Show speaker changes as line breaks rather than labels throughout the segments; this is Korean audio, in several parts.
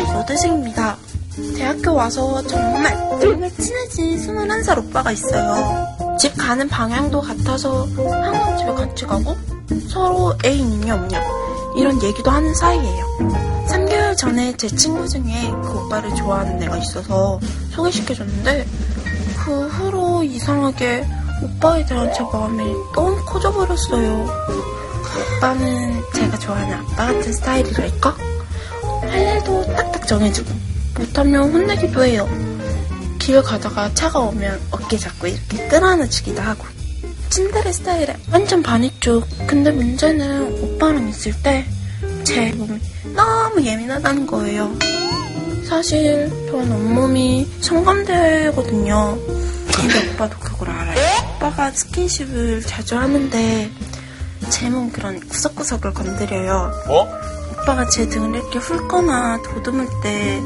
여대생입니다. 대학교 와서 정말 정말 친해진 21살 오빠가 있어요. 집 가는 방향도 같아서 항상 집에 같이 가고 서로 애 있냐 없냐 이런 얘기도 하는 사이예요. 3개월 전에 제 친구 중에 그 오빠를 좋아하는 애가 있어서 소개시켜줬는데 그 후로 이상하게 오빠에 대한 제 마음이 너무 커져버렸어요. 오빠는 제가 좋아하는 아빠 같은 스타일이랄까? 할 일도 딱딱 정해주고 못하면 혼내기도 해요. 길 가다가 차가 오면 어깨 잡고 이렇게 끌어안아주기도 하고 츤데레 스타일에 완전 반했죠. 근데 문제는 오빠랑 있을 때 제 몸이 너무 예민하다는 거예요. 사실 전 온몸이 성감대거든요. 근데 오빠도 그걸 알아요. 오빠가 스킨십을 자주 하는데 제 몸 그런 구석구석을 건드려요.
뭐?
오빠가 제 등을 이렇게 훑거나 도듬을 때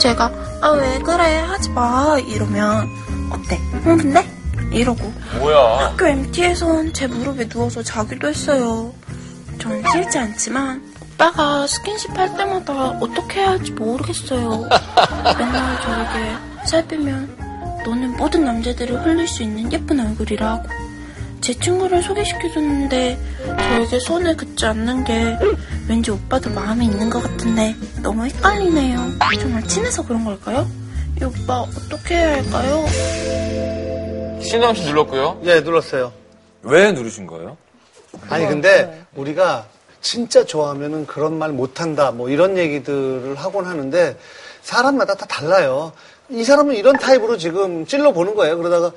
제가 아 왜 그래 하지 마 이러면 어때 흥분돼? 이러고
뭐야?
학교 MT에선 제 무릎에 누워서 자기도 했어요 전 싫지 않지만 오빠가 스킨십 할 때마다 어떻게 해야 할지 모르겠어요 맨날 저에게 살 빼면 너는 모든 남자들을 흘릴 수 있는 예쁜 얼굴이라고 제 친구를 소개시켜줬는데 저에게 손을 긋지 않는 게 왠지 오빠도 마음에 있는 것 같은데 너무 헷갈리네요. 정말 친해서 그런 걸까요? 이 오빠 어떻게 해야 할까요?
신랑 씨 눌렀고요.
예, 눌렀어요.
왜 누르신 거예요?
아니, 근데 우리가 진짜 좋아하면은 그런 말 못한다, 뭐 이런 얘기들을 하곤 하는데 사람마다 다 달라요. 이 사람은 이런 타입으로 지금 찔러 보는 거예요. 그러다가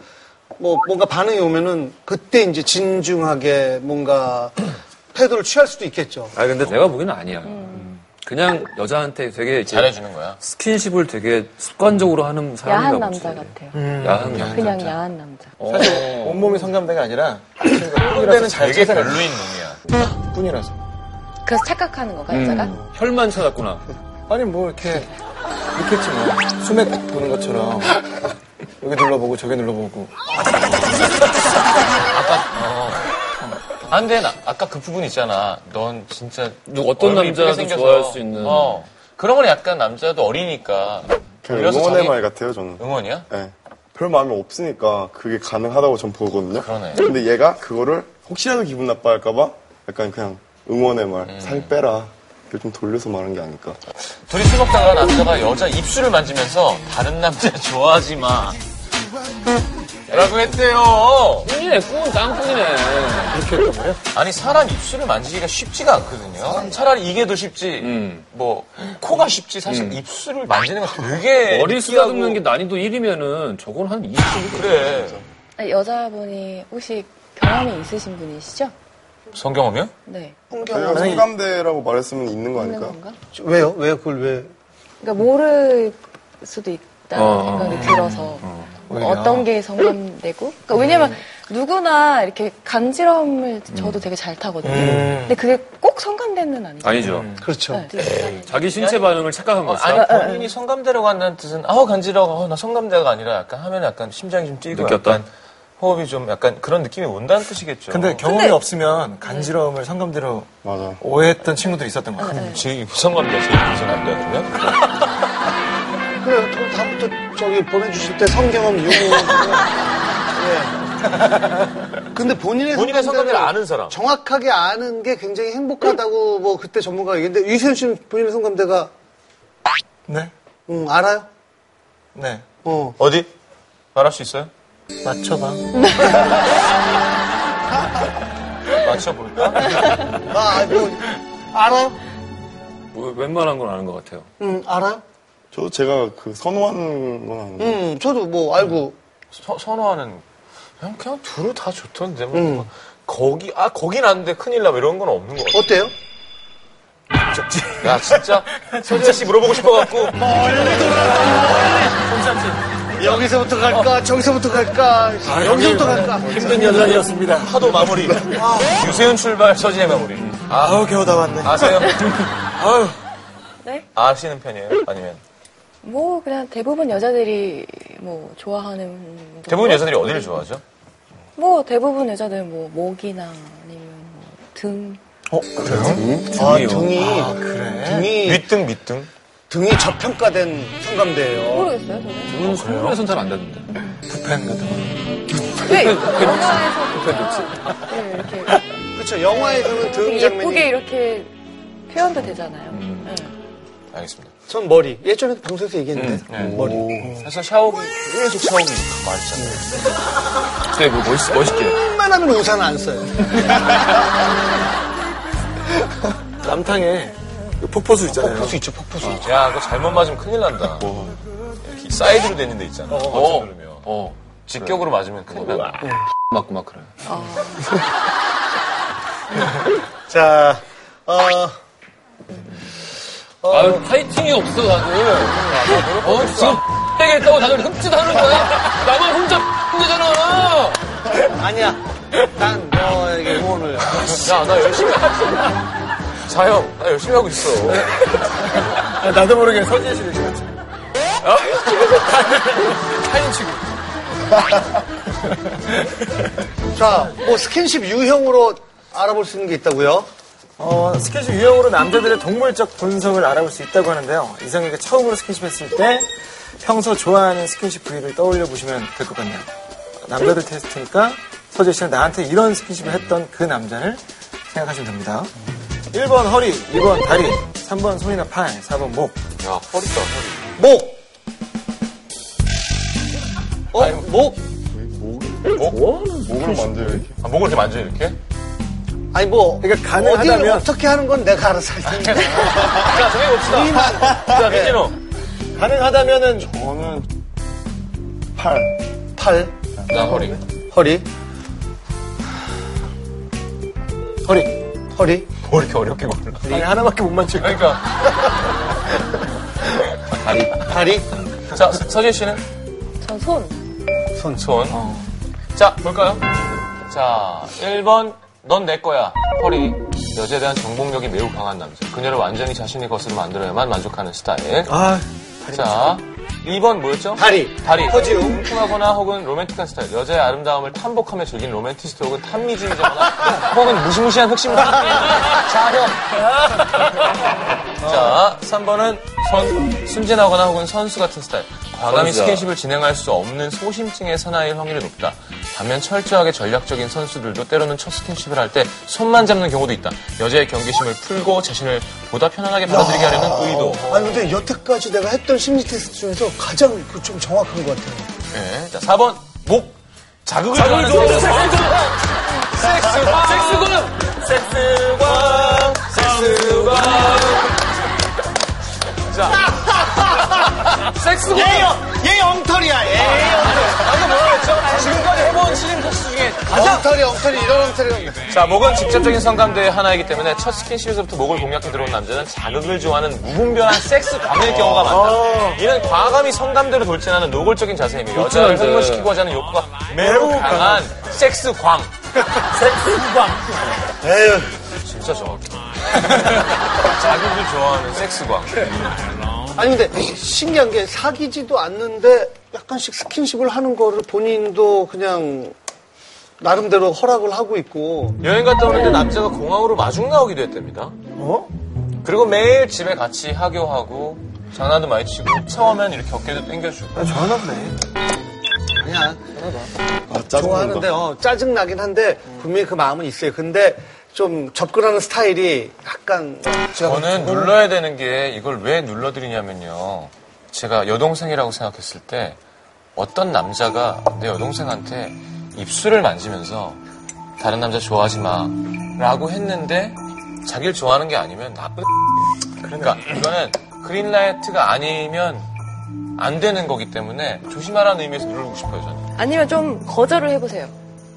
뭐 뭔가 반응이 오면은 그때 이제 진중하게 뭔가 태도를 취할 수도 있겠죠.
아 근데 내가 보기에는 아니야.
음.
그냥 여자한테 되게 이렇게
잘해주는 거야.
스킨십을 되게 습관적으로 하는
야한
사람인가 보지. 음.
남자 같아요. 음.
야한 남자.
그냥 야한 남자.
온몸이 성감대가 아니라
그때는
그때는 잘
되게
찾아가
별로인 놈이야.
뿐이라서
그래서 착각하는 건가, 여자가?
혈만 찾았구나.
아니 뭐 이렇게 이렇겠지 뭐 수맥 보는 것처럼 여기 눌러보고 저기 눌러보고
안 돼. 나, 아까 그 부분 있잖아. 넌 진짜
누- 어떤
얼굴이
남자도
이쁘게 생겨서.
좋아할 수 있는.
어. 그런 건 약간 남자도 어리니까.
그냥
그래서
응원의
자기-
말 같아요, 저는.
응원이야?
예. 별 마음이 없으니까 그게 가능하다고 전 보거든요.
그러네.
근데 얘가 그거를 혹시라도 기분 나빠할까봐 약간 그냥 응원의 말,
음.
살 빼라. 이걸 좀 돌려서 말한 게 아닐까.
둘이 술 먹다가 남자가 여자 입술을 만지면서 다른 남자 좋아하지 마. 라고 했대요.
꿈이네, 꿈은 땅콩이네.
아니 사람 입술을 만지기가 쉽지가 않거든요. 차라리 이게 더 쉽지.
음.
뭐 코가 쉽지 사실 입술을 만지는 거 되게
머리
느끼하고
쓰다듬는 게 난이도 1이면은 저건 한 20.
그래.
아니, 여자분이 혹시 경험이 있으신 분이시죠?
성경험이요?
네.
그냥 성감대라고 말했으면 있는 뭐 거
있는
아닐까?
건가?
왜요? 왜요? 그걸 왜?
그러니까 모를 수도 있다는
어,
생각이
어,
들어서
오히려.
어, 떤게 성감되고 그러니까 왜냐면 누구나 이렇게 간지럼을 저도 되게 잘 타거든요. 근데 그게 꼭 성감되는 아니죠.
아니죠.
그렇죠.
네, 되게
음. 자기 신체 반응을 착각한
어,
거죠.
아니 본인이 성감대라고 한다는 뜻은 아우 간지러워 어, 나 성감대가 아니라 약간 하면 약간 심장이 좀 뛰고
느꼈다?
약간 호흡이 좀 약간 그런 느낌이 온다는 뜻이겠죠.
어, 근데 네. 경험이 없으면 간지러움을 성감대로
맞아.
오해했던 친구들이 있었던 것 같아요
음. 제 성감대 제 성감대 그러면
그래요. 그럼 다음부터 저기 보내주실 때 성경험 유무. 예. 근데 본인의
본인의 성감대를 아는 사람.
정확하게 아는 게 굉장히 행복하다고 뭐 그때 전문가가 얘기했는데 유세윤 씨는 본인의 성감대가
네?
음, 알아요?
네
어.
어디 말할 수 있어요?
맞춰봐
맞춰볼까?
아, 뭐, 알아요?
뭐, 웬만한 건 아는 것 같아요.
음, 알아요?
저도 제가 그 선호하는 건 아닌데.
음, 저도 뭐 알고.
서- 선호하는 그냥 그냥 둘을 다 좋던데 뭐
음.
거기 아 거긴 안돼 큰일 나뭐 이런 건 없는 것 같아.
어때요?
야 진짜 서지아 씨 물어보고 싶어갖고
여기서부터 갈까? 저기서부터 갈까? 여기서부터 갈까?
힘든 연락이었습니다
하도 마무리. 유세윤 출발 서지의 마무리. 아
아우 겨우 다 왔네
아세요? 아유.
네?
아시는 편이에요? 아니면
뭐 그냥 대부분 여자들이 뭐 좋아하는
대부분 여자들이 어디를 좋아하죠?
뭐 대부분 여자들은 뭐 목이나 아니면 뭐 등
어 그래요?
아, 등이.
그래
등이.
네. 윗등 밑등.
등이 저평가된 성감대예요.
모르겠어요, 저는.
저는 성분에선 잘안 되는데.
뷔펜 같은 거.
왜 영화에서
그건 좋지.
네, 이렇게
그렇죠. 영화에서는 등
되게 음. 예쁘게
장면이
이렇게 표현도 되잖아요. 네.
알겠습니다.
전 머리. 예전에도 방송에서 얘기했는데
음, 네.
머리.
사실 샤오기 계속 샤오기 말했잖아요. 네,
그때 뭐 멋있, 멋있게.
웬만하면 우산 안 써요.
남탕에 그 폭포수 있잖아요.
폭포수 있죠, 폭포수.
야 그거 잘못 맞으면 큰일 난다. 이렇게 사이드로 되는 데 있잖아. 어.
어,
누르면.
어,
직격으로 맞으면 큰일 난다.
맞고 막 그래.
자, 어,
어.
아유, 파이팅이 없어, 다들. 어, 지금 되겠다고 다들 흠칫하는 거야? 나만 혼자 되잖아!
아니야. 난 너에게 응원을.
야 나 열심히 하고 있어. 자영 나 열심히 하고 있어.
아, 나도 모르게 서진 씨를 찍었지.
어?
자, 뭐 스킨십 유형으로 알아볼 수 있는 게 있다고요?
어, 스킨십 유형으로 남자들의 동물적 본성을 알아볼 수 있다고 하는데요. 이성에게 처음으로 스킨십 했을 때 평소 좋아하는 스킨십 부위를 떠올려 보시면 될 것 같네요. 남자들 테스트니까 서재 씨는 나한테 이런 스킨십을 했던 그 남자를 생각하시면 됩니다. 1번 허리, 2번 다리, 3번 손이나 팔, 4번 목.
야 아, 허리다 허리.
목. 어, 목.
목을 만져요 이렇게.
아, 목을 이렇게 만져 이렇게?
아니 뭐
그러니까 가능하다면-
어디를 어떻게 하는 건 내가 알아서 할 텐데.
자 정해봅시다. 아, 자 예. 민진호.
가능하다면은
저는 팔.
팔,
나 허리.
허리,
허리.
허리.
뭐 이렇게 어렵게 골라.
아니, 하나밖에 못 맞출 거야.
그러니까
다리,
자 서진 씨는
전 손.
손.
손. 자 볼까요? 자 1번 넌 내 거야. 허리. 여자에 대한 정복력이 매우 강한 남자. 그녀를 완전히 자신의 것으로 만들어야만 만족하는 스타일.
아,
자 2번 뭐였죠?
다리.
다리.
허지웅.
뚱뚱하거나 혹은 로맨틱한 스타일. 여자의 아름다움을 탐복하며 즐긴 로맨티스트 혹은 탐미주의자거나 혹은 무시무시한 흑심을 자렴. 자, 3번은 선, 순진하거나 혹은 선수 같은 스타일. 과감히
선수다.
스킨십을 진행할 수 없는 소심증의 사나이일 확률이 높다. 반면 철저하게 전략적인 선수들도 때로는 첫 스킨십을 할 때 손만 잡는 경우도 있다. 여자의 경계심을 풀고 자신을 보다 편안하게 받아들이게 하려는 의도.
아니 근데 여태까지 내가 했던 심리 테스트 중에서 가장 그 좀 정확한 것 같아요.
네. 자, 4번. 목. 자극을 좋아하는 섹스. 섹스광. 섹스광. 섹스광. 섹스광. 자. 섹스광.
얘 엉터리야. 얘
방금 뭐라 그랬죠? 지금까지 해본 시즌 코스 중에 가장.
엉터리, 엉터리 이런 엉터리가.
자, 목은 직접적인 성감대의 하나이기 때문에 첫 스킨십에서부터 목을 공략해 들어온 남자는 자극을 좋아하는 무분별한 섹스 감일 경우가 많다. 이는 과감히 성감대로 어. 돌진하는 노골적인 자세이며 여자를
돌진하는데.
흥분시키고자 하는 욕구가 매우 강한 섹스광. 섹스광.
에휴.
진짜 정확해. 자극을 좋아하는 섹스광.
아니 근데 신기한 게 사귀지도 않는데 약간씩 스킨십을 하는 거를 본인도 그냥 나름대로 허락을 하고 있고
여행 갔다 오는데 남자가 공항으로 마중 나오기도 했답니다.
어?
그리고 매일 집에 같이 하교하고 장난도 많이 치고 차 오면 이렇게 어깨도 당겨주고.
나 좋아하나 보네.
그냥
아 짜증난다.
좋아하는데 어, 짜증나긴 한데 분명히 그 마음은 있어요. 근데 좀 접근하는 스타일이 약간
그러니까 저는 눌러야 되는 게 이걸 왜 눌러드리냐면요. 제가 여동생이라고 생각했을 때 어떤 남자가 내 여동생한테 입술을 만지면서 다른 남자 좋아하지 마 라고 했는데 자기를 좋아하는 게 아니면 나쁜 그러니까 이거는 그린라이트가 아니면 안 되는 거기 때문에 조심하라는 의미에서 누르고 싶어요 저는
아니면 좀 거절을 해보세요.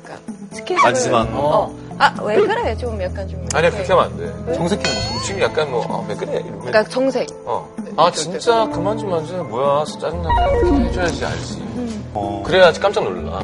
그러니까 스킨십을.
맞지마.
어. 아, 왜 그래? 좀 약간 좀.
아니야
이렇게.
그렇게 하면 안돼
정색해.
네. 지금 약간 뭐 왜 그래 이러면
그러니까 정색.
어. 아 진짜 그만 좀 만져 뭐야 짜증나게 해줘야지 알지
어.
그래야지 깜짝 놀라